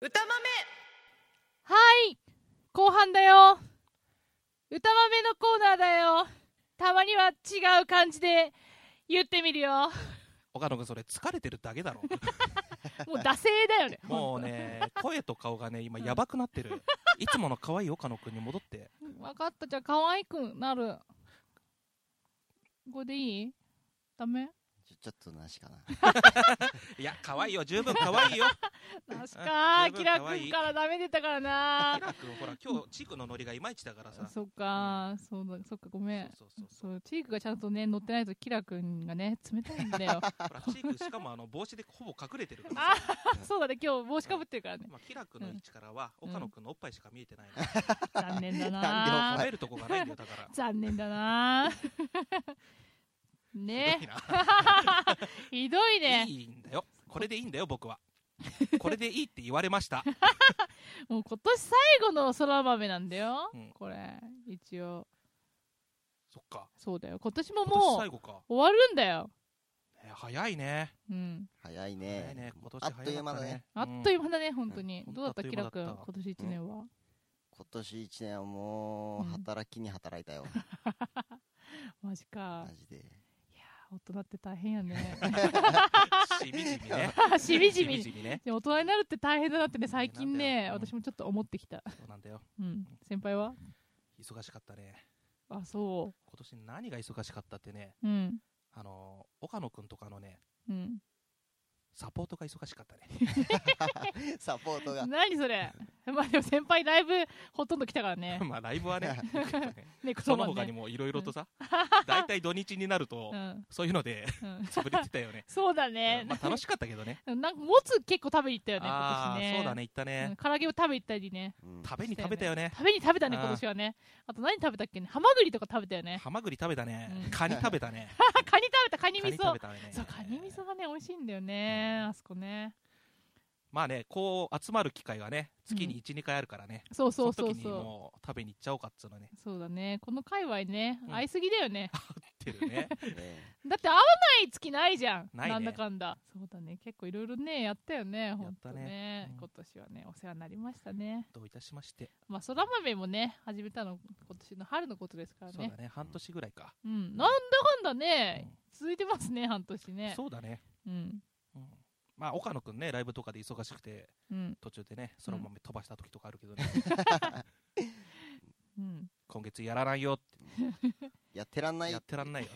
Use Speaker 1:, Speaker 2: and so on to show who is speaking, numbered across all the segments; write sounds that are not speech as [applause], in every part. Speaker 1: 歌豆
Speaker 2: はい後半だよ歌豆のコーナーだよたまには違う感じで言ってみるよ
Speaker 3: 岡野君それ疲れてるだけだ [laughs] ろ
Speaker 2: もう惰性だよ [laughs] ね
Speaker 3: もうね声と顔がね今やばくなってる、いつもの可愛い岡野君に戻って
Speaker 2: 分かったじゃあ可愛くなるこれでいいダメ
Speaker 4: ちょちょっとなしかな。
Speaker 3: いや可愛いよ十 [laughs] 分可愛いよ
Speaker 2: 確か
Speaker 3: 十分
Speaker 2: キラ
Speaker 3: 可愛い
Speaker 2: 君からダメ出たからな
Speaker 3: キラ君ほら今日チークのノリがいまいちだからさ
Speaker 2: そっかそうだそっかごめん
Speaker 3: そうそうそう
Speaker 2: そうチークがちゃんとね乗ってないとキラ君がね冷たいんだよ
Speaker 3: ほらチークしかもあの帽子でほぼ隠れてるからさ
Speaker 2: あ [laughs] そうだね今日帽子かぶってるからね
Speaker 3: まあ、キラ君の位置からは、
Speaker 2: うん
Speaker 3: 岡野君のおっぱいしか見えてないの、
Speaker 2: [laughs] 残念だ
Speaker 4: なん
Speaker 2: な
Speaker 4: で
Speaker 3: 食べるとこがないんだよだから
Speaker 2: 残念だ
Speaker 3: [laughs]
Speaker 2: な [laughs] ね
Speaker 3: ひどい
Speaker 2: ひどいね
Speaker 3: ないいんだよこれでいいんだ
Speaker 2: [laughs]
Speaker 3: よ僕はこれでいいって言われました
Speaker 2: もう今年最後の空豆なんだよ、
Speaker 3: うん
Speaker 2: これ一応
Speaker 3: そっか
Speaker 2: そうだよ今年も
Speaker 3: 今年
Speaker 2: も
Speaker 3: 最
Speaker 2: う
Speaker 3: 後か、
Speaker 2: 終わるんだよ
Speaker 3: ね早いね
Speaker 2: うん
Speaker 4: 早い
Speaker 3: 早い
Speaker 4: ね
Speaker 3: ね。今年早
Speaker 4: あっという間だ
Speaker 3: かった
Speaker 4: ね。
Speaker 2: あっという
Speaker 3: う
Speaker 2: 間だね本当に、
Speaker 3: うん
Speaker 2: どうだった
Speaker 3: 本
Speaker 2: キ
Speaker 3: 当あ
Speaker 2: ラ
Speaker 3: っとい
Speaker 2: 君
Speaker 3: う間だ
Speaker 2: 今
Speaker 3: っ
Speaker 2: 年一年は、
Speaker 3: た
Speaker 4: 今年一年はも
Speaker 2: うん
Speaker 4: う働きに働いたよ。
Speaker 2: マジか
Speaker 4: マジで。
Speaker 2: いやー大人って大変や
Speaker 3: [laughs]
Speaker 2: ね
Speaker 3: んしみじみね
Speaker 2: [laughs] しみじみ
Speaker 3: じみね
Speaker 2: でも大人になるって大変だなってね
Speaker 3: 大
Speaker 2: 最
Speaker 3: 変
Speaker 2: 近
Speaker 3: な
Speaker 2: ね、
Speaker 3: んだようん
Speaker 2: 私もちょっと思ってきた
Speaker 3: そうなんだよ
Speaker 2: うん先輩は
Speaker 3: 忙しかったね
Speaker 2: あそ
Speaker 3: 今年何が忙しかったってね
Speaker 2: ううん
Speaker 3: あのー岡野君とかのね
Speaker 2: うん
Speaker 3: サポートが忙しかったね
Speaker 4: サポートが。
Speaker 2: 何それ [laughs] まあでも先輩だいぶほとんど来たからね
Speaker 3: [laughs] まあライブ
Speaker 2: [laughs]
Speaker 3: はね
Speaker 2: ねクソ
Speaker 3: その
Speaker 2: マン
Speaker 3: 他に
Speaker 2: ね
Speaker 3: もいろいろとさ大体土日になると
Speaker 2: うん
Speaker 3: そういうので
Speaker 2: うん [laughs]
Speaker 3: 潰れてたよね
Speaker 2: そうだね
Speaker 3: うんまあ楽しかったけどね
Speaker 2: なんかもつ結構食べに行ったよね今
Speaker 3: ああ
Speaker 2: 年ね
Speaker 3: そうだね行った
Speaker 2: う
Speaker 3: ね
Speaker 2: ん唐揚げを食べに行ったりね
Speaker 4: うん
Speaker 3: 食べに食べたよね
Speaker 2: 食べに食べたね
Speaker 3: あー
Speaker 2: 今年はねあと何食べたっけねハマグリとか食べたよね
Speaker 3: ハマグリ食べたね
Speaker 2: うん
Speaker 3: カニ食べたね
Speaker 2: あ [laughs] カニ食べたカニ
Speaker 3: カニ
Speaker 2: 味
Speaker 3: 食
Speaker 2: 噌
Speaker 3: べたね
Speaker 2: そうカニ味噌がね美味しいんだよねあそこね
Speaker 3: まあねこう集まる機会がね月に12回あるからね
Speaker 2: そうそうそ
Speaker 3: その
Speaker 2: う
Speaker 3: 時に
Speaker 2: そ
Speaker 3: もう食べに行っちゃおうかっつうのね
Speaker 2: うそうだねこの界隈ね
Speaker 3: うん
Speaker 2: 合いすぎだよね
Speaker 3: 言っ
Speaker 2: [laughs]
Speaker 3: てるね
Speaker 4: ええ
Speaker 2: だって合わない月ないじゃん
Speaker 3: ないね
Speaker 2: なんだかんだそうだね結構いろいろねやったよね
Speaker 3: たね
Speaker 2: ほんとね
Speaker 3: うん
Speaker 2: 今年はねお世話になりましたね
Speaker 3: どういたしまして
Speaker 2: まあそら豆もね始めたの今年の春のことですから
Speaker 3: そう
Speaker 2: ね
Speaker 3: だね半年ぐらいか
Speaker 2: うんなんだかんだね続いてますね半年ね
Speaker 3: そうだね
Speaker 2: うん
Speaker 3: うんまあ岡野くんねライブとかで忙しくて
Speaker 2: うん
Speaker 3: 途中でねそのまま飛ばした時とかあ
Speaker 2: [laughs]
Speaker 3: るけどね
Speaker 2: うん
Speaker 3: 今月やらないよっ
Speaker 4: やってらんな
Speaker 3: て
Speaker 4: い
Speaker 3: やっ。てらんな
Speaker 2: [laughs]
Speaker 3: いよ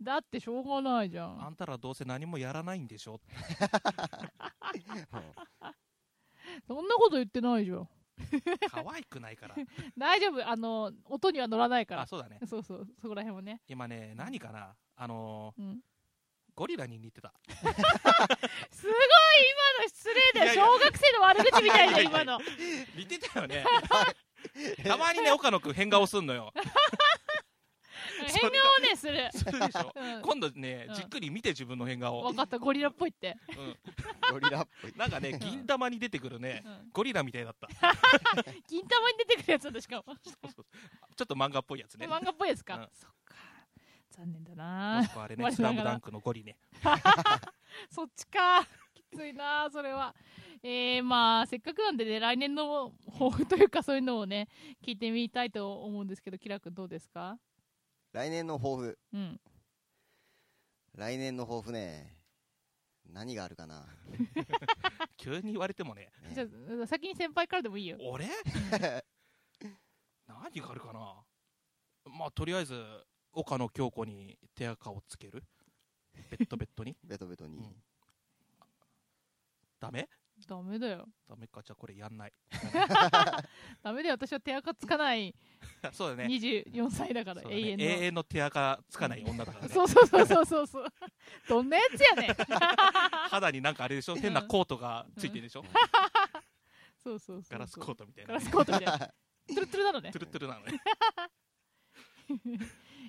Speaker 2: だってしょうがないじゃ
Speaker 3: あ
Speaker 2: ん
Speaker 3: んたらどうせ何もやらないんでしょ
Speaker 4: もう
Speaker 2: そんなこと言ってないじゃん
Speaker 3: 可愛くな
Speaker 2: [laughs]
Speaker 3: いから
Speaker 2: 大丈夫あの音には乗らないか
Speaker 3: あ
Speaker 2: ら
Speaker 3: そうだね
Speaker 2: そうそうそこら辺もね
Speaker 3: 今ね何かなあのー
Speaker 2: う
Speaker 3: [laughs]
Speaker 2: ん
Speaker 3: ゴリラに似て
Speaker 2: [laughs]
Speaker 3: た
Speaker 2: すごい今の失礼だよ
Speaker 3: いやいや
Speaker 2: 小学生の悪口みたいな
Speaker 3: いや
Speaker 2: い
Speaker 3: や
Speaker 2: 今の
Speaker 3: 似てた
Speaker 2: [laughs]
Speaker 3: よねたまにね岡野くん変顔すんのよ
Speaker 2: 変顔ねする
Speaker 3: するでしょ
Speaker 2: うん
Speaker 3: 今度ね、
Speaker 2: うん
Speaker 3: じっくり見て自分の変顔、
Speaker 2: 分かったゴリラっぽい
Speaker 3: [laughs]
Speaker 2: って
Speaker 3: う
Speaker 4: ゴリラっぽい
Speaker 3: ん、。なんかね銀玉に出てくるね、
Speaker 2: うん
Speaker 3: ゴリラみたいだった
Speaker 2: 銀玉に出てくるやつなんだしか
Speaker 3: [laughs]
Speaker 2: も
Speaker 3: ちょっと漫画っぽいやつね
Speaker 2: 漫画っぽいですか、
Speaker 3: うん
Speaker 2: そっか残念だ
Speaker 3: も
Speaker 2: な
Speaker 3: しくはあれ
Speaker 2: 我
Speaker 3: ね「
Speaker 2: な
Speaker 3: ス
Speaker 2: が
Speaker 3: ラ
Speaker 2: ら
Speaker 3: ムダンクのゴリね
Speaker 2: [laughs] そっちかきついなそれはえー、まあせっかくなんでね来年の抱負というかそういうのをね聞いてみたいと思うんですけどキラ君どうですか
Speaker 4: 来年の抱負。
Speaker 2: うん
Speaker 4: 来年の抱負ね。何があるかな。
Speaker 3: 急に言われてもね [laughs]
Speaker 4: ね
Speaker 2: じゃあ先に先輩からでもいいよ
Speaker 3: 「
Speaker 2: [laughs]
Speaker 3: 俺何があるかな?」まあとりあえず岡野京子に手垢をつけるベッドベッドに
Speaker 4: ベトベトに。
Speaker 3: [laughs] うんダメ
Speaker 2: ダメだよ
Speaker 3: ダメかじゃあこれやん
Speaker 2: [laughs]
Speaker 3: ない
Speaker 2: ダメだよ私は手垢つかない
Speaker 3: そうだ [laughs] ね
Speaker 2: 24歳だから
Speaker 3: そうだね
Speaker 2: 永遠の、
Speaker 3: 永遠の手垢つかない女だからね
Speaker 2: そうそうそうそうそうそう [laughs] どんなやつやねん [laughs]
Speaker 3: 肌になんかあれでしょ変なコートがついてるでしょ、
Speaker 2: そうそうそうそう
Speaker 3: ガラスコートみたい
Speaker 2: ガ
Speaker 3: な
Speaker 2: ラ
Speaker 3: ね、
Speaker 2: スコートみたい
Speaker 3: [laughs]
Speaker 2: なトゥルトゥルなのね
Speaker 3: トゥルトゥルなのね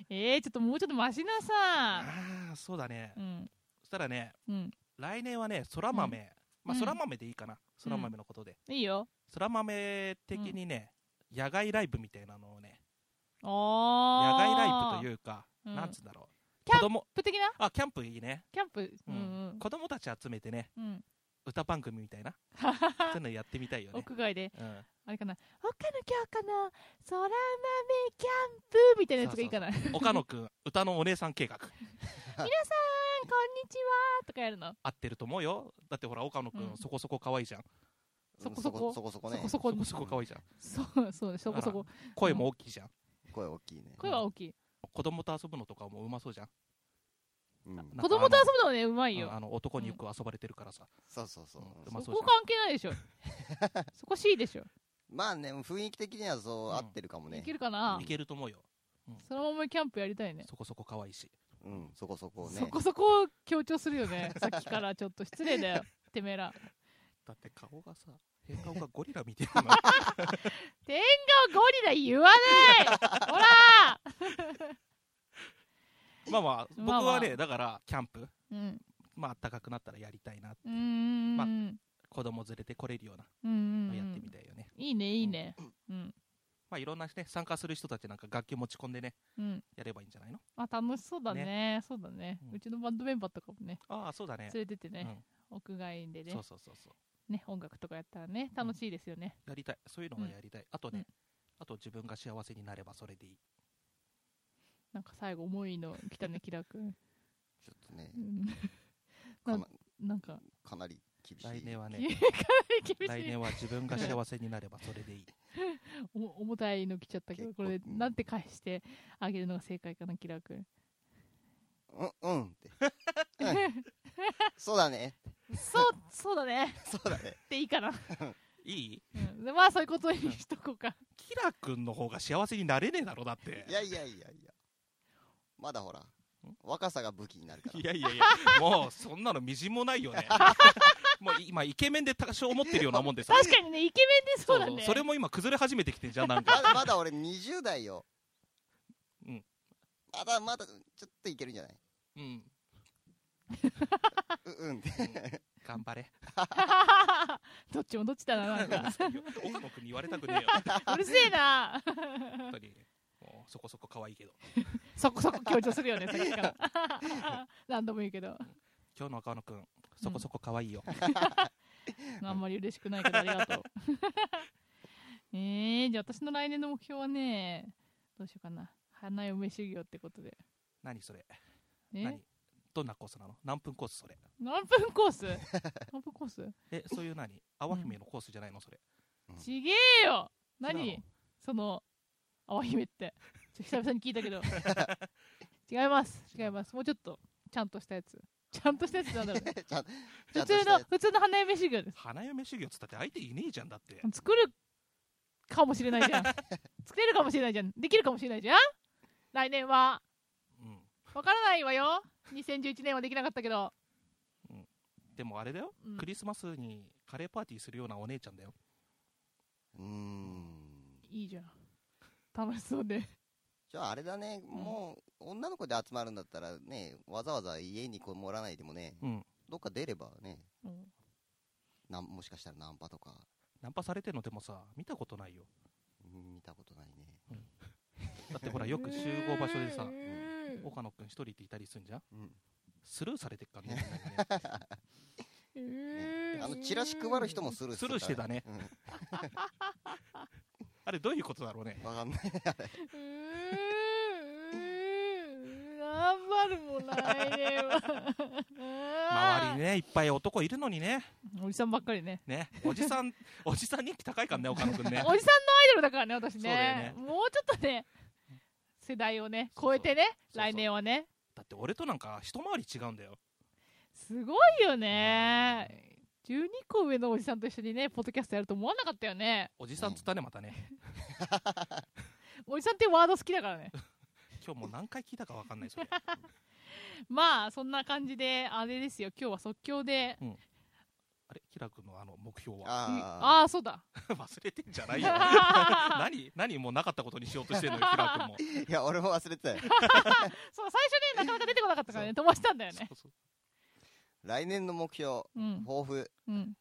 Speaker 2: えー、ちょっともうちょっとマシなさ
Speaker 3: ああそうだね、
Speaker 2: うん
Speaker 3: そしたらね
Speaker 2: うん
Speaker 3: 来年はねそら豆、まあ
Speaker 2: うん
Speaker 3: そら豆でいいかなそら豆のことで
Speaker 2: いいよ
Speaker 3: そら豆的にね、野外ライブみたいなのをね野
Speaker 2: ああ
Speaker 3: 外ライブというか、
Speaker 2: うん
Speaker 3: なんつうんだろう
Speaker 2: キャン
Speaker 3: 子供
Speaker 2: プ的な
Speaker 3: あキャンプいいね、
Speaker 2: キャンプう
Speaker 3: うん
Speaker 2: ん
Speaker 3: 子供たち集めてね
Speaker 2: うんうん
Speaker 3: 歌番組みた
Speaker 2: [laughs]
Speaker 3: いなそういうのやってみたいよね、
Speaker 2: 屋外で、
Speaker 3: うん、
Speaker 2: あれかな、岡野京子の空豆キャンプみたいなやつがいいかな。皆さん、
Speaker 3: 岡野くん歌のお姉さん計画
Speaker 2: こんにちはとかやるの。
Speaker 3: 合ってると思うよだってほら岡野く
Speaker 2: うん
Speaker 3: んそこそこ可愛いじゃん、
Speaker 2: そこそこ
Speaker 4: そこそこね
Speaker 2: そこ
Speaker 3: そこそこ可愛いじゃん
Speaker 2: そう、そう、そこそこ。
Speaker 3: 声も大きいじゃん、
Speaker 4: 声大きいね
Speaker 2: 声は大きい。
Speaker 3: 子供と遊ぶのとかもうまそうじゃん
Speaker 4: うん
Speaker 3: なんか
Speaker 2: 子供と遊ぶのはね、うまい
Speaker 3: あ
Speaker 2: よ
Speaker 3: の。あの男によく遊ばれてるからさ、
Speaker 4: そうそうそう、
Speaker 3: うん
Speaker 4: う
Speaker 3: うんま
Speaker 2: そ
Speaker 3: そうじ
Speaker 2: こ関係ないでし
Speaker 3: [laughs]
Speaker 2: ょ。そこ C でしょ。
Speaker 4: まあね雰囲気的にはそう、
Speaker 3: うん
Speaker 4: 合ってるかもね
Speaker 2: いけるかな
Speaker 4: う
Speaker 3: いけると思うよ
Speaker 2: そのままキャンプやりたいね。
Speaker 3: そこそこ可愛いし
Speaker 4: うんそこそこね
Speaker 2: そこそこを強調するよ
Speaker 3: [laughs]
Speaker 2: ね。さっきからちょっと失礼だよ。てめえら。
Speaker 3: だって顔がさ変顔がゴリラ見てるの
Speaker 2: ゴリラ言わないほら
Speaker 3: まあまあ僕
Speaker 2: まあまあ
Speaker 3: はねだからキャンプ
Speaker 2: うん。
Speaker 3: まあ暖かくなったらやりたいな
Speaker 2: うーん。
Speaker 3: まあ
Speaker 2: うん
Speaker 3: 子供連れてこれるような
Speaker 2: うんう
Speaker 3: の
Speaker 2: ん。
Speaker 3: やってみたいよね、
Speaker 2: いいね、いいね。うん。
Speaker 3: まあいろんなね参加する人たちなんか楽器持ち込んでね
Speaker 2: うん。
Speaker 3: やればいいんじゃないの
Speaker 2: あ、楽しそうだね。そうだね
Speaker 3: う。ん
Speaker 2: うちのバンドメンバーとかもね、
Speaker 3: ああそうだね
Speaker 2: 連れてってね、屋外で
Speaker 3: うん、
Speaker 2: ね
Speaker 3: そう、そうそうそう
Speaker 2: ね、音楽とかやったらね、楽しいですよね。
Speaker 3: やりたいそういうのがやりたい、あとね、
Speaker 2: うん
Speaker 3: あと自分が幸せになればそれでいい
Speaker 2: なんか最後、思いの来た
Speaker 3: [laughs]
Speaker 2: ね、キラ君。
Speaker 4: ちょっとね
Speaker 2: うん
Speaker 4: かな
Speaker 2: なんか、
Speaker 4: かなり厳しい
Speaker 3: 来年
Speaker 2: [laughs]
Speaker 3: は
Speaker 2: 厳
Speaker 3: ね
Speaker 2: しい
Speaker 3: 来年は自分が幸せになればそれでいい
Speaker 2: お重たいの来ちゃったけど、
Speaker 4: 結
Speaker 2: こ
Speaker 4: 構
Speaker 2: れでなんて返してあげるのが正解かな、キラ君。
Speaker 4: うんうんって
Speaker 3: [laughs]
Speaker 4: うんそうだね
Speaker 2: [laughs] そう、そうだね。
Speaker 4: そうだね
Speaker 2: っていいかな。
Speaker 3: いい
Speaker 2: うんでまあ、そういうことにしとこうか。
Speaker 3: キラ君の方が幸せになれねえだろだって
Speaker 4: いやいやいやいやまだほら若さが武器になるから
Speaker 3: いやいやいや、もうそんなのみじんもないよね。もう今、イケメンで多少思ってるようなもんでさ。
Speaker 2: 確かにね、イケメンでそうだね。
Speaker 3: それも今、崩れ始めてきてんじゃん、
Speaker 4: [laughs]
Speaker 3: なん
Speaker 4: ま
Speaker 3: か。
Speaker 4: だまだ俺20代よ
Speaker 3: うん
Speaker 4: まだまだちょっといけるんじゃない
Speaker 3: うん。
Speaker 4: ううんって
Speaker 3: 頑張れ。
Speaker 2: [laughs] どっちもどっちだな、なんか。
Speaker 3: 岡野君に言われたくねえよ、
Speaker 2: うるせえな。 [laughs]
Speaker 3: 本当に。もうそこそこ可愛いけど。
Speaker 2: そこそこ強調するよ [laughs] ね、さっきから。何度も言うけど。
Speaker 3: 今日の岡野君、そこそこ可愛いよ。
Speaker 2: あんまり嬉しくないけど、ありがとう。 [laughs] えー、じゃあ私の来年の目標はね、どうしようかな。花嫁修行ってことで。
Speaker 3: 何それ
Speaker 2: え
Speaker 3: 何どんなコースなの何分コースそれ
Speaker 2: 何分コー [laughs] ス何分コース
Speaker 3: え、そういう何淡姫のコースじゃないのそれ。
Speaker 2: ちげえよ
Speaker 3: 違う
Speaker 2: 何
Speaker 3: の
Speaker 2: その、青姫って。ちょ久々に聞いた
Speaker 4: [laughs]
Speaker 2: けど。違います。違います。もうちょっと、ちゃんとしたやつ。ちゃんとしたやつなんだろうね。
Speaker 4: [laughs] ちゃんち
Speaker 2: 普
Speaker 4: ゃんと
Speaker 2: 通
Speaker 4: したや
Speaker 2: の
Speaker 4: つ、
Speaker 2: 普通の花嫁修行です。
Speaker 3: 花嫁修行っつったって相手いねえじゃんだって。
Speaker 2: 作るかもしれない
Speaker 4: [laughs]
Speaker 2: じゃん。作れるかもしれないじゃん。できるかもしれないじゃん来年は。
Speaker 3: うん。
Speaker 2: わからないわよ。2011年はできなかったけど。
Speaker 3: でもあれだよ
Speaker 2: うん。
Speaker 3: クリスマスにカレーパーティーするようなお姉ちゃんだよ。
Speaker 4: うーん
Speaker 2: いいじゃん。楽しそうで。
Speaker 4: じゃああれだね、もう女の子で集まるんだったらね、わざわざ家にこもらないでもね、
Speaker 3: うん。
Speaker 4: どっか出ればね、
Speaker 2: うん
Speaker 4: なんもしかしたらナンパとか、
Speaker 3: ナンパされてんのでもさ見たことないよ
Speaker 4: うん見たことないね。
Speaker 3: だって
Speaker 2: [laughs]
Speaker 3: ほらよく集合場所でさ
Speaker 2: えー
Speaker 3: 岡野くん一人でいたりするんじゃん
Speaker 4: うん
Speaker 3: スルーされてっか
Speaker 2: [laughs]
Speaker 3: らねみんなにね
Speaker 2: えー
Speaker 4: あのチラシ配る人もスルー
Speaker 3: スルーしてたね
Speaker 4: うん
Speaker 3: あれどういうことだろうね
Speaker 4: わかんない。
Speaker 2: うーんうーん頑張るもん来年は
Speaker 3: 周りにねいっぱい男いるのにね
Speaker 2: [laughs] おじさんばっかりね
Speaker 3: ねおじさん [laughs] おじさん人気高いからね岡野くんね
Speaker 2: [laughs] おじさんのアイドルだからね私ね
Speaker 3: そうだよね
Speaker 2: もうちょっとね世代をね超えてね
Speaker 3: そうそう
Speaker 2: 来年はね
Speaker 3: だって俺となんか一回り違うんだよ
Speaker 2: すごいよね12個上のおじさんと一緒にねポッドキャストやると思わなかったよね
Speaker 3: おじさんつったねまたね
Speaker 2: おじさんってワード好きだから
Speaker 3: [laughs]
Speaker 2: ね
Speaker 3: 今日もう何回聞いたかわかんな
Speaker 2: [laughs]
Speaker 3: いそれ
Speaker 2: まあそんな感じであれですよ今日は即興で
Speaker 3: あれキラ君のあの目標は
Speaker 4: あ
Speaker 2: ああーそうだ
Speaker 3: 忘れてんじ
Speaker 2: [laughs]
Speaker 3: ゃないよ何何もうなかったことにしようとしてんのよキラ
Speaker 2: [laughs]
Speaker 3: 君も
Speaker 4: あ。 [laughs] いや、俺も忘れてたよ。
Speaker 2: そう最初ねなかなか出てこなかったからね飛ばしたんだよ
Speaker 3: そ
Speaker 2: ね
Speaker 3: うそう
Speaker 4: 来年の目標、
Speaker 2: うん
Speaker 4: 抱負、
Speaker 2: うん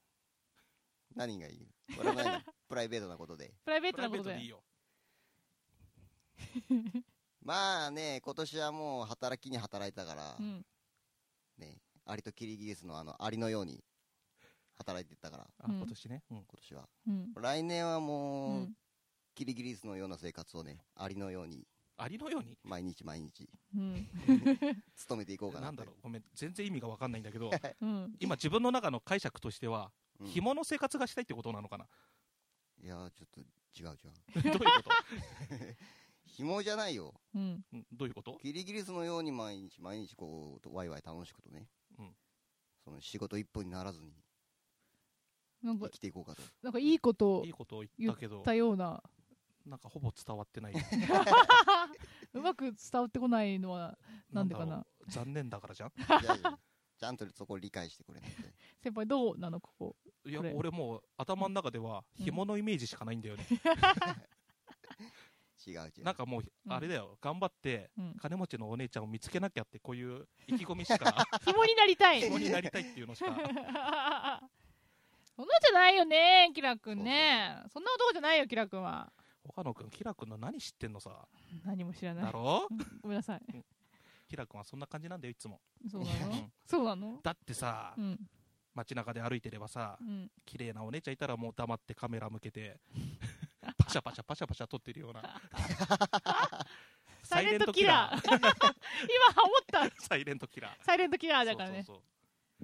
Speaker 4: 何がいいこれは何プライベートなことで。
Speaker 2: プライベー
Speaker 3: プ
Speaker 2: ト
Speaker 3: ラ
Speaker 2: な
Speaker 3: イ
Speaker 2: こ
Speaker 3: ベー
Speaker 2: と
Speaker 3: トでいい
Speaker 2: で
Speaker 3: よ
Speaker 4: まあね、今年はもう働きに働いたから
Speaker 2: う、ん
Speaker 4: ね、アリとキリギリスのあの、アリのように働いてたから、
Speaker 3: あ
Speaker 2: うん
Speaker 3: 今年ね、うん
Speaker 4: 今年は。
Speaker 2: うん。
Speaker 4: 来年は
Speaker 2: う
Speaker 4: もう、
Speaker 2: ん。
Speaker 4: キリギリスのような生活をね、ありのように、
Speaker 3: ありのように
Speaker 4: 毎日毎日、
Speaker 2: うん。
Speaker 4: 努めていこうかな
Speaker 3: なん
Speaker 4: と
Speaker 3: だろうごめん全然意味が分かんないんだけど [laughs]
Speaker 2: うん。
Speaker 3: 今自分の中の解釈としては、
Speaker 4: うん
Speaker 3: 紐の生活がしたいってことなのかな
Speaker 4: いやー、ちょっと違う違う。
Speaker 3: どういうこと
Speaker 4: 紐じゃないよ。
Speaker 2: うん。
Speaker 3: うんどういうこと
Speaker 4: キリギリスのように毎日毎日こうと、ワイワイ楽しくとね、
Speaker 3: うん
Speaker 4: その仕事一本にならずに
Speaker 2: なんか
Speaker 4: 生、きていこうかと。
Speaker 2: [laughs] なんかいいことを
Speaker 3: いいことを
Speaker 2: 言
Speaker 3: 言っ
Speaker 2: った
Speaker 3: けど
Speaker 2: たよう
Speaker 3: [laughs]
Speaker 2: な、
Speaker 3: なんかほぼ伝わってない
Speaker 2: うまく伝わってこないのは、 [laughs] なんでかな
Speaker 3: だろ。う残念だか
Speaker 2: [laughs]
Speaker 3: らじゃん
Speaker 4: いやいやちゃんとそこ理解してくれないで。
Speaker 2: 先輩、どうなのこ
Speaker 3: [laughs]
Speaker 2: こ。
Speaker 3: いや
Speaker 2: これ
Speaker 3: 俺もう頭の中では
Speaker 2: うん
Speaker 3: 紐のイメージしかないんだよね、
Speaker 4: 違う違う。
Speaker 3: なんかもうあれだよ頑張って
Speaker 2: うん。
Speaker 3: 金持ちのお姉ちゃんを見つけなきゃってこういう意気込みしか
Speaker 2: 紐になり [laughs] たい。
Speaker 3: 紐になりたいっていうのしか
Speaker 2: [laughs] そんなんじゃないよね、キラくんね。そんな男じゃないよ、キラくんは。
Speaker 3: 岡野君キラ君の何知ってん
Speaker 2: [laughs]
Speaker 3: のさ
Speaker 2: 何も知らな
Speaker 3: だ
Speaker 2: い。
Speaker 3: ろ
Speaker 2: ごめんなさい。
Speaker 3: キラ君はそんな感じなんだよいつも
Speaker 2: そうな
Speaker 3: う
Speaker 2: の
Speaker 3: ん
Speaker 2: そうなの
Speaker 3: だってさ、
Speaker 2: うん。
Speaker 3: 街中で歩いてればさ
Speaker 2: うん。
Speaker 3: 綺麗なお姉ちゃんいたらもう黙ってカメラ向けて
Speaker 2: [laughs]
Speaker 3: パシャパシャパシャパシャ撮ってるような
Speaker 2: サイレントキラー。 [laughs]
Speaker 3: ー
Speaker 2: 今、思った。
Speaker 3: サイレントキラー
Speaker 2: サイレントキラーだからね。
Speaker 3: そうそ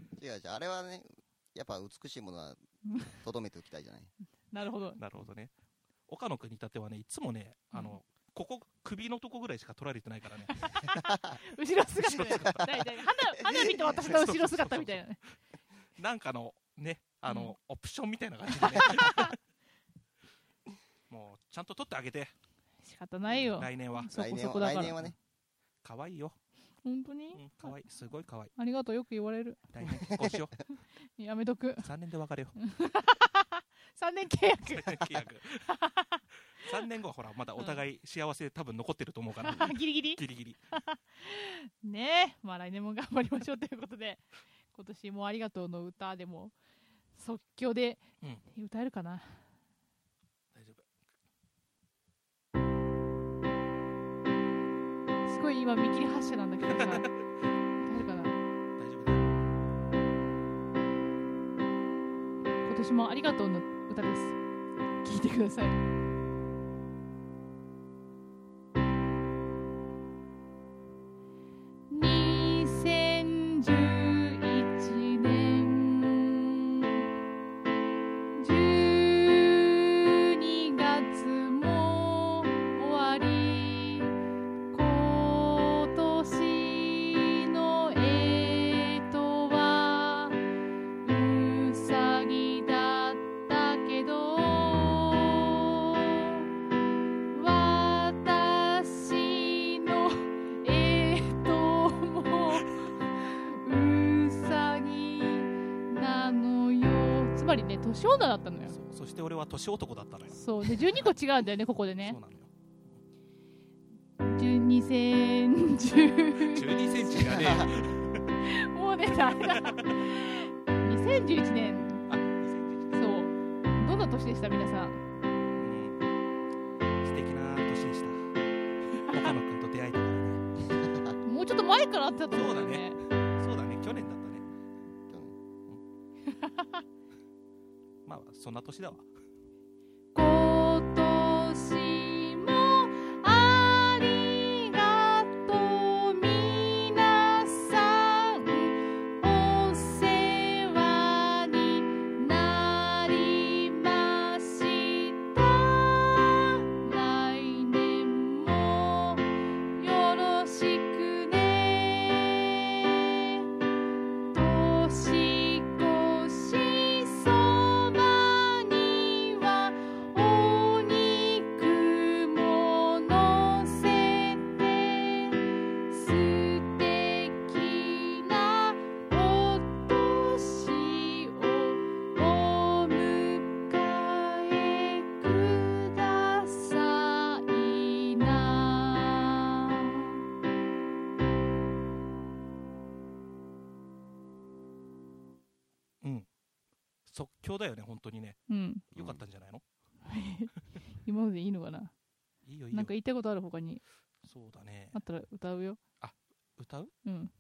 Speaker 3: う
Speaker 4: 違う違う。あれはね、やっぱ美しいものはとどめておきたいじゃない。
Speaker 2: なるほど
Speaker 3: そう。なるほどね岡野君に至ってはねいつもねあの、
Speaker 2: うん
Speaker 3: ここ首のとこぐらいしか撮られてな
Speaker 2: [laughs]
Speaker 3: いからね
Speaker 2: 後ろ姿だよ。大体花 [laughs] 花火と私の後ろ姿みたいなね。
Speaker 3: なんかのねあの、
Speaker 2: うん
Speaker 3: オプションみたいな感
Speaker 2: [laughs]
Speaker 3: じでねもうちゃんと撮ってあげて
Speaker 2: 仕方ないよ。
Speaker 3: 来年は
Speaker 2: そ
Speaker 4: 来
Speaker 2: こ
Speaker 4: 年
Speaker 2: そこ
Speaker 4: は、
Speaker 2: だか
Speaker 4: 来
Speaker 2: ら。
Speaker 4: 年はね。
Speaker 3: 可愛いよ、
Speaker 2: 本当
Speaker 3: う
Speaker 2: に
Speaker 3: ん、可愛いすごい可愛い
Speaker 2: ありがとう。よく言われる。
Speaker 3: 来年結婚しよ
Speaker 2: [laughs] やめとく
Speaker 3: う。3年で別れよう
Speaker 2: 3年契
Speaker 3: [laughs]
Speaker 2: 約。
Speaker 3: 契約3
Speaker 2: [laughs]
Speaker 3: [laughs] 年後はほらまだお互い幸せ多分残ってると思うから
Speaker 2: ギリギリ
Speaker 3: [laughs] ギリギリ
Speaker 2: ねえ。まあ来年も頑張りましょうということで、今年もありがとうの歌でも、即興で
Speaker 3: うん
Speaker 2: 歌えるかな。
Speaker 3: 大丈夫
Speaker 2: すごい今見切り発車なんだけどさ。歌えるかな。
Speaker 3: 大丈夫だよ
Speaker 2: 今年もありがとうの歌です聞いてください2011年12月も終わり今年の干支はうさぎだったけど私のえともうさぎなのよつまりね年女だったのよ
Speaker 3: そそして俺は年男だったのよ、
Speaker 2: そうで12個違うんだよねここでね
Speaker 3: そうなのよ
Speaker 2: 12センチ
Speaker 3: 12セン
Speaker 2: [laughs]
Speaker 3: チがねえ
Speaker 2: もうねダメだ2011年
Speaker 3: あ2センチ
Speaker 2: そうどんな年でした皆さん
Speaker 3: 素敵な年でした
Speaker 2: [laughs]
Speaker 3: 岡野君と出会えたからね
Speaker 2: もうちょっと前からあってたと思うんだよ
Speaker 3: そうだね
Speaker 2: ね
Speaker 3: そうだね去年だったね
Speaker 4: 去年
Speaker 3: まあそんな年だわ
Speaker 2: 今年もありがとうみなさんお世話になりました来年もよろしくね年越しそばにはお肉ものせて素敵なお年をお迎えくださいな
Speaker 3: うん即興だよね本当にね
Speaker 2: うん
Speaker 3: よかったんじゃないの、
Speaker 2: [laughs] 今までいいのかない
Speaker 3: いよいいよ
Speaker 2: なんか言いたいことある他に
Speaker 3: そうだね
Speaker 2: あったら歌うよ
Speaker 3: 歌う
Speaker 2: うん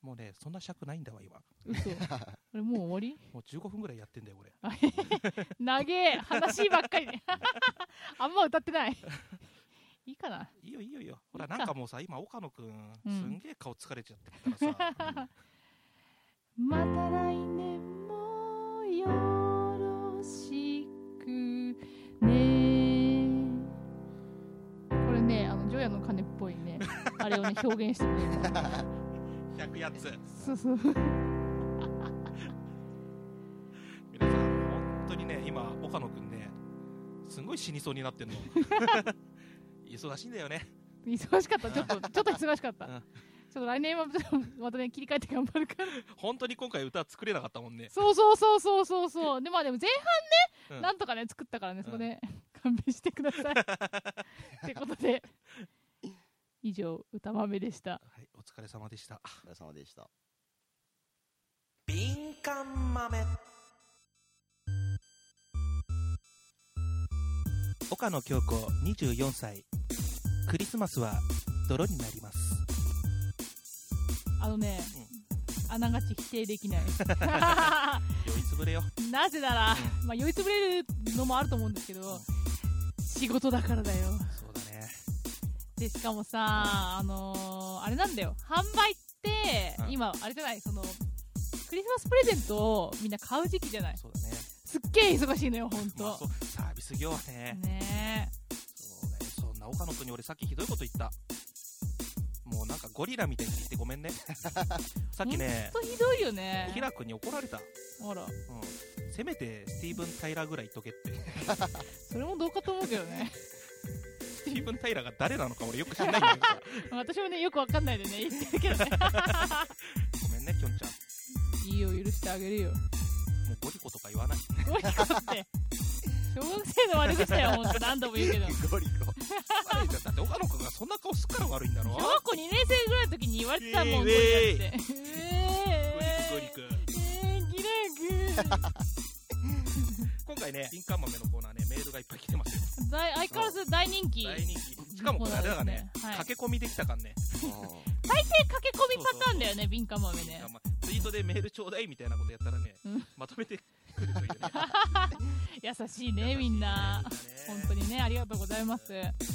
Speaker 3: もうねそんな尺ないんだわ今
Speaker 2: [laughs] 嘘これもう終わり
Speaker 3: もう15分ぐらいやってんだよ俺
Speaker 2: あへへ [laughs] 長え話ばっかり [laughs] ねあんま歌ってない [laughs] いいかない
Speaker 3: いよいいよいいよほ
Speaker 2: い
Speaker 3: ら
Speaker 2: いか
Speaker 3: なんかもうさ今岡野くん
Speaker 2: う
Speaker 3: す
Speaker 2: ん
Speaker 3: んげえ顔疲れちゃってるからさ
Speaker 2: また来年もよろしくねこれねあのジョヤの鐘っぽいねあれをね表現してる [laughs] ね今
Speaker 3: 100やつ
Speaker 2: そうそう
Speaker 3: 皆さん本当にね今岡野くんねすんごい死にそうになってんの忙しいんだよね
Speaker 2: 忙しか
Speaker 3: [laughs]
Speaker 2: ったちょっとちょっと忙しかった
Speaker 3: うん
Speaker 2: ちょっと来年は
Speaker 3: [laughs]
Speaker 2: またね切り替えて頑張るから
Speaker 3: 本当に今回歌作れなかったもんね
Speaker 2: そうそうそうそうそうそうでまあでも前半ね、
Speaker 3: うん
Speaker 2: なんとかね作ったからねそこで、 [laughs]
Speaker 3: う
Speaker 2: 勘弁してくだ
Speaker 3: [laughs]
Speaker 2: さいってことで以上歌豆でした
Speaker 3: はいお疲れ様でした
Speaker 4: お疲れ様でした。
Speaker 1: 敏感豆
Speaker 3: 岡野京子24歳クリスマスは泥になります
Speaker 2: あのね、あながち否定で
Speaker 3: [laughs]
Speaker 2: きない
Speaker 3: 酔いつぶれよ
Speaker 2: なぜなら、まあ、酔いつぶれるのもあると思うんですけど、仕事だからだよ
Speaker 3: そうだね
Speaker 2: でしかもさあのーあれなんだよ販売って、
Speaker 3: うん
Speaker 2: 今あれじゃないそのクリスマスプレゼントをみんな買う時期じゃない
Speaker 3: そうだね
Speaker 2: すっげえ忙しいのよほんと、
Speaker 3: まあそうサービス業はね
Speaker 2: ね
Speaker 3: そうねそんな岡野君に俺さっきひどいこと言ったもうなんかゴリラみたいに言ってご [laughs] めんねさっき
Speaker 2: え
Speaker 3: ね
Speaker 2: ほんとひどいよね
Speaker 3: 平君に怒られた、
Speaker 2: あら
Speaker 3: うん、せめてスティーブン・タイラーぐらい言っとけって [laughs]
Speaker 2: それもどうかと思うけどね
Speaker 3: スティーブン・タイラーが誰なのか俺よく知らないんだけど
Speaker 2: 私もねよくわかんないでね言ってるけどね
Speaker 3: ごめんねきょんちゃん
Speaker 2: いいよ許してあげるよ
Speaker 3: もうゴリコとか言わない
Speaker 2: ゴリコって小学生の悪口だよほんと何度も言うけど
Speaker 4: ゴリコ。
Speaker 3: 悪いじゃんだって岡野君がそんな顔すっから悪いんだろ
Speaker 2: 小学校2年生ぐらいの時に言われてたもんゴ
Speaker 3: え
Speaker 2: リ
Speaker 3: え
Speaker 2: ラって
Speaker 3: ゴリコゴリ
Speaker 2: え
Speaker 3: コ
Speaker 2: えーギラグー
Speaker 3: 今回ね敏感豆のコーナーねメールがいっぱい来てますよ
Speaker 2: 大相変わらず大人気
Speaker 3: 大人気しかもこれあれだからね、
Speaker 2: はい
Speaker 3: 駆け込みできたから
Speaker 2: で
Speaker 3: ね
Speaker 2: 駆け込みパターンだよね敏感豆ね
Speaker 3: あんまツイートでメールちょうだいみたいなことやったらね、
Speaker 2: うん
Speaker 3: まとめてくると
Speaker 2: [laughs]
Speaker 3: いうね
Speaker 2: 優しいねみんな
Speaker 3: 優しいね
Speaker 2: 本当にねありがとうございます
Speaker 3: やってい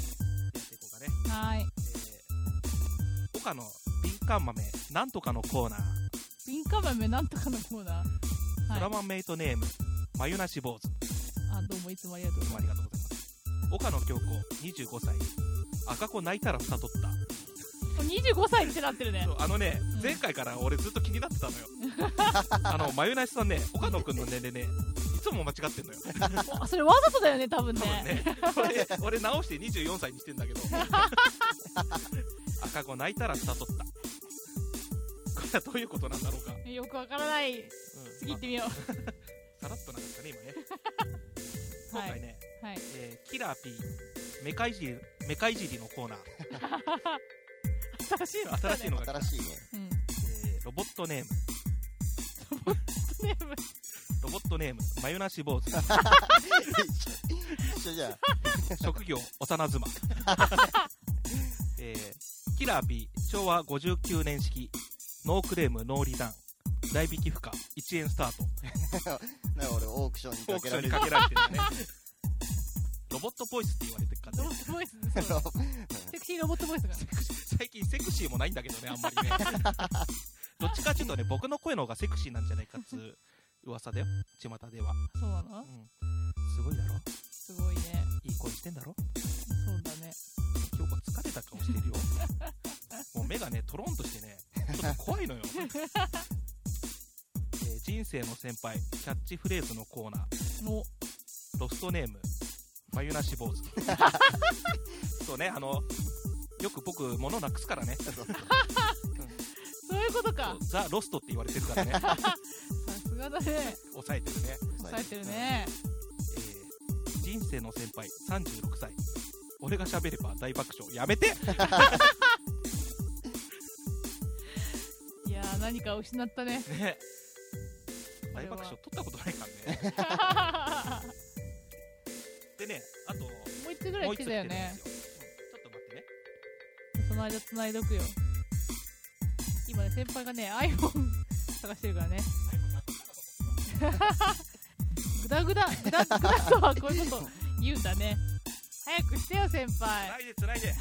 Speaker 3: こうかね、
Speaker 2: はい
Speaker 3: えー、岡野敏感豆なんとかのコーナー、
Speaker 2: 敏感豆なんとかのコーナーはい
Speaker 3: ソラマンメイトネームまゆなし坊主
Speaker 2: あどうもいつもありがとう
Speaker 3: ど
Speaker 2: ご
Speaker 3: う
Speaker 2: ざいま
Speaker 3: もありがとうございます岡野京子25歳赤子泣いたら蓋取った
Speaker 2: す25歳ってなってるね
Speaker 3: そうあのね、
Speaker 2: うん
Speaker 3: 前回から俺ずっと気になって
Speaker 2: [laughs]
Speaker 3: たのよあのまゆなしさんね岡野くんの年齢ねいつも間違ってんのよ
Speaker 2: あそれわざとだよね多分ね
Speaker 3: 多分ね俺俺直して24歳にしてんだけど赤子泣いたら蓋取ったこれはどういうことなんだろうか、うん
Speaker 2: よくわからない次行ってみよ
Speaker 3: まあさらっとなんですかね今ね
Speaker 2: う
Speaker 3: 今
Speaker 2: は
Speaker 3: 回
Speaker 2: い、
Speaker 3: ね、
Speaker 2: はい、
Speaker 3: えーキラー P メカイジリメカイジリのコーナー
Speaker 2: 新しいの
Speaker 3: 新しいのが来た
Speaker 4: 新しいね。
Speaker 2: うん
Speaker 3: えーロボットネーム
Speaker 2: ネーム
Speaker 3: ロボットネームマヨナシ坊主
Speaker 4: 一緒じゃん。
Speaker 3: 職業幼妻、えーキラー P 昭和59年式ノークレームノーリターン代引き不可1円スタート
Speaker 4: なんか俺オークションに
Speaker 3: オ
Speaker 4: か
Speaker 3: ークシ
Speaker 4: け
Speaker 3: ョン
Speaker 4: られ
Speaker 3: に
Speaker 4: る。
Speaker 3: かけられてるねロボットボイスって言われてるから
Speaker 2: ロ
Speaker 3: ね
Speaker 2: ボットボイスです
Speaker 3: [laughs]
Speaker 2: そうセクシーロボットボイスが
Speaker 3: 最近セクシーもないんだけどねあんまりねどっちかっていうとね僕の声の方がセクシーなんじゃないかっつう噂だよ巷では、
Speaker 2: そうな
Speaker 3: うん
Speaker 2: の、
Speaker 3: すごいだろ
Speaker 2: すごいね
Speaker 3: いい声してんだろ
Speaker 2: そうだね
Speaker 3: 今日は疲れた顔してるよもう目がねトロンとしてねちょっと怖いのよ、えー人生の先輩キャッチフレーズのコーナー
Speaker 2: も
Speaker 3: ロストネームまゆなし坊主そうねあのよく僕物なくすからね
Speaker 2: そういうことか
Speaker 3: ザ・ロストって言われてるからね
Speaker 2: さすがだね
Speaker 3: 抑えてるね、
Speaker 2: 抑えてる。ね
Speaker 3: えー人生の先輩36歳俺が喋れば大爆笑やめて
Speaker 2: いやー何か失ったね [laughs]
Speaker 3: ね
Speaker 2: これは
Speaker 3: 大爆笑取ったことないか
Speaker 2: [laughs]
Speaker 3: らねでねあと
Speaker 2: もう一つぐらい来てたよね
Speaker 3: もう一つ来てるんですようんちょっと待ってね
Speaker 2: その間繋いどくよ今ね先輩がね iPhone 探してるからねグダグダグダグダとは [laughs] こういうこと言うんだね早くしてよ先輩
Speaker 3: ないでつないで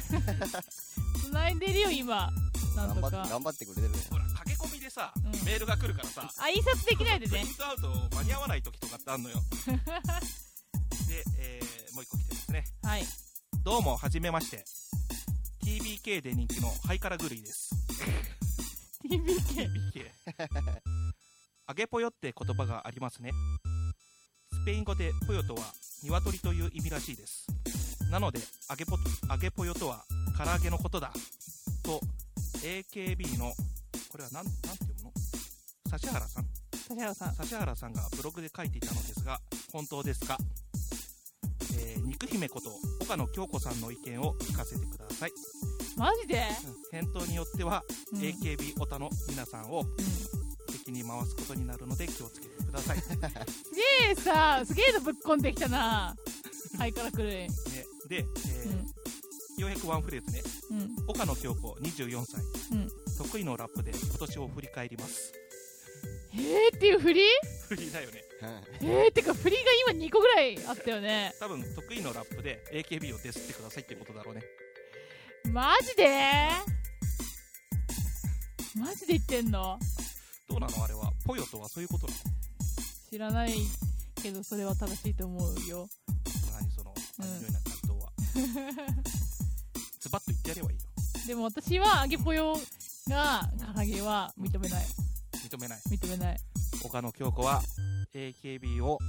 Speaker 2: 繋いでるよ今なん
Speaker 4: 頑
Speaker 2: と
Speaker 4: 張っ
Speaker 2: か
Speaker 4: 頑張ってくれて
Speaker 2: [laughs]
Speaker 4: るね
Speaker 3: ほら駆け込みでさ、
Speaker 2: うん
Speaker 3: メールが来るからさ
Speaker 2: あ印刷できないで
Speaker 3: プリ [laughs]
Speaker 2: ね
Speaker 3: ントアウト間に合わない時とかってあ
Speaker 2: [laughs]
Speaker 3: んのよで、えーもう一個来てですね
Speaker 2: はい
Speaker 3: どうもはじめまして TBK で人気のハイカラグルイです
Speaker 2: TBK
Speaker 3: TBK [laughs] 揚げぽよって言葉がありますねスペイン語でぽよとは鶏という意味らしいですなので揚げぽ揚げぽよとは唐揚げのことだと AKB のこれは何て読むの指原さん
Speaker 2: 指原さん
Speaker 3: 指原さんがブログで書いていたのですが本当ですか、えー肉姫こと岡野京子さんの意見を聞かせてください、
Speaker 2: マジで、
Speaker 3: 返答によっては、
Speaker 2: うん
Speaker 3: AKB オタの皆さんを
Speaker 2: うん
Speaker 3: 敵に回すことになるので気をつけてくださ
Speaker 2: [laughs]
Speaker 3: い、ね、
Speaker 2: すげえさすげえのぶっこんできたなハイカラクルイ
Speaker 3: で、えーようやくワンフレーズね
Speaker 2: うんうん
Speaker 3: 岡野京子24歳、
Speaker 2: うん
Speaker 3: 得意のラップで今年を振り返ります [laughs]
Speaker 2: えー、っていう振り
Speaker 3: 振りだよね
Speaker 2: えー、ってか振りが今2個ぐらいあったよね
Speaker 3: 多分得意のラップで AKB をディスってくださいってことだろうね
Speaker 2: マジでマジで言ってんの
Speaker 3: どうなのあれはポヨとはそういうことなの
Speaker 2: 知らないけどそれは正しいと思うよ
Speaker 3: 何その
Speaker 2: うん
Speaker 3: 味のような感動はズバッと言ってやればいいよ
Speaker 2: でも私は揚げぽよが唐揚げは認めない
Speaker 3: 認めない
Speaker 2: 認めない
Speaker 3: 岡野京子は AKB を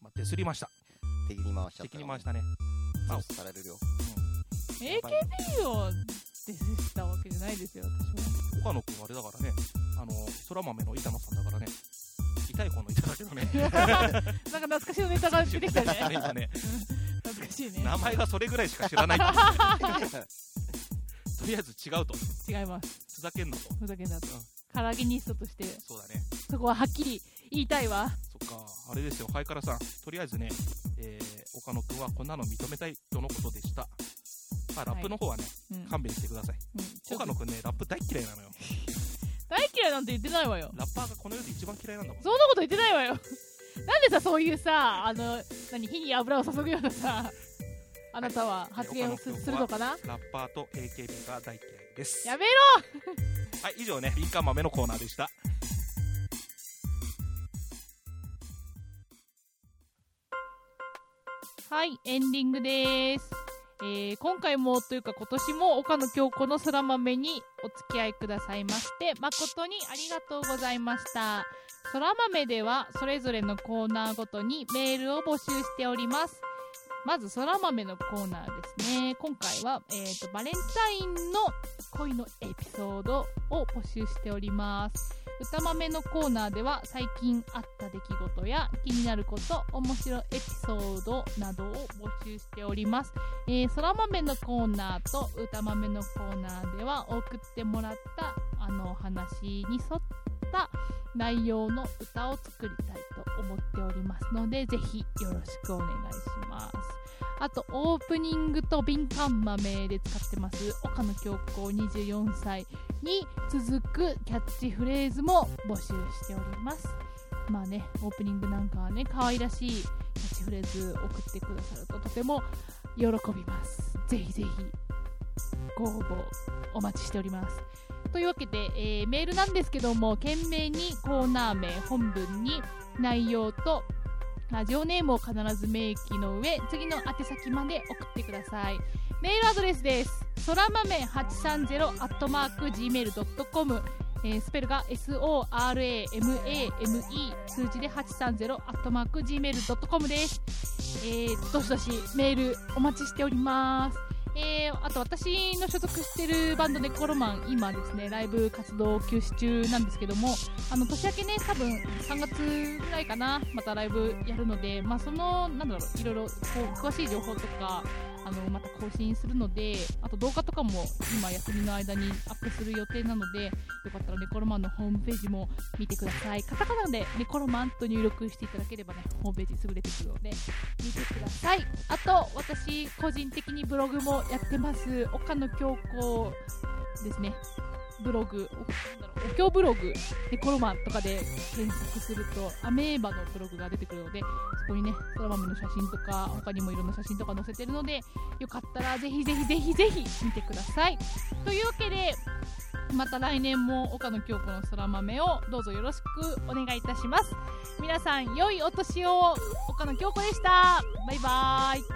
Speaker 3: まあディスりました
Speaker 4: [laughs] 敵に回しちゃった
Speaker 3: 敵に回したね
Speaker 4: 倒 [laughs] されるよ
Speaker 3: やっぱり
Speaker 2: AKB をデスしたわけじゃないですよ私は
Speaker 3: 岡野君あれだからねあのそら豆の板野さんだからね痛い方の板だけ
Speaker 2: [laughs]
Speaker 3: どね [laughs]
Speaker 2: なんか懐かしいネタが出てきたね
Speaker 3: 今ね
Speaker 2: 懐かしいね
Speaker 3: 名前がそれぐらいしか知らな
Speaker 2: [laughs]
Speaker 3: いとりあえず違うと
Speaker 2: 違います
Speaker 3: ふざけんなと
Speaker 2: ふざけんなと
Speaker 3: うん
Speaker 2: 唐揚げニストとして
Speaker 3: そうだね
Speaker 2: そこははっきり言いたいわ
Speaker 3: そっかあれですよハイカラさんとりあえずね、えー岡野君はこんなの認めたいとのことでしたまあラップの方はね、
Speaker 2: うんうん
Speaker 3: 勘弁してください
Speaker 2: ちょっ
Speaker 3: 岡
Speaker 2: と
Speaker 3: 野くんね、ラップ大嫌いなのよ。
Speaker 2: 大嫌いなんて言ってないわよ
Speaker 3: ラッパーがこの世で一番嫌いなんだもん。
Speaker 2: そんなこと言ってないわよなんでさそういうさあの何火に油を注ぐようなさあなたは発言をす
Speaker 3: はい
Speaker 2: するのかな
Speaker 3: ラッパーと AKB が大嫌いです。
Speaker 2: や
Speaker 3: は
Speaker 2: めろ
Speaker 3: い、以上ね、敏感豆のコーナーでした。
Speaker 2: はいエンディングですえー今回もというか今年も岡野京子の空豆にお付き合いくださいまして誠にありがとうございました空豆ではそれぞれのコーナーごとにメールを募集しておりますまず空豆のコーナーですね今回は、えー、とバレンタインの恋のエピソードを募集しております歌豆のコーナーでは最近あった出来事や気になること面白いエピソードなどを募集しておりますえー、そら豆のコーナーと歌豆のコーナーでは送ってもらったあのお話に沿った内容の歌を作りたいと思っておりますのでぜひよろしくお願いしますあとオープニングと敏感豆で使ってます岡野京子24歳に続くキャッチフレーズも募集しておりますまあねオープニングなんかはね可愛らしいキャッチフレーズ送ってくださるととても喜びますぜひぜひご応募お待ちしておりますというわけで、えーメールなんですけども懸命にコーナー名本文に内容とラジオネームを必ず明記の上次の宛先まで送ってくださいメールアドレスですそらまめ830 gmail.com えースペルが SORAMAME 数字で830 gmail.com ですえー、どしどしメールお待ちしております。えー、あと私の所属してるバンドネコロマン、今ですね、ライブ活動休止中なんですけども、あの、年明けね、多分3月ぐらいかな、またライブやるので、まあその、なんだろう、いろいろこう詳しい情報とか、あの、また更新するので、あと動画とかも今休みの間にアップする予定なので、よかったらネコロマンのホームページも見てください。カタカナでネコロマンと入力していただければね、ホームページすぐ出てくるので、見てくださいあと私個人的にブログもやってます岡野京子ですねブログおなんだろうお経ブログでコロマンとかで検索するとアメーバのブログが出てくるのでそこにねそら豆の写真とか他にもいろんな写真とか載せてるのでよかったらぜひぜひぜひぜひ見てくださいというわけでまた来年も岡野京子のそら豆をどうぞよろしくお願いいたします皆さん良いお年を岡野京子でしたバイバーイ